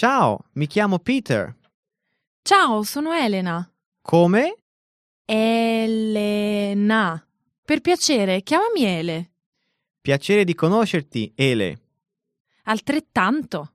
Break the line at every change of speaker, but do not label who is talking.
Ciao, mi chiamo Peter.
Ciao, sono Elena.
Come?
Elena. Per piacere, chiamami Ele.
Piacere di conoscerti, Ele.
Altrettanto.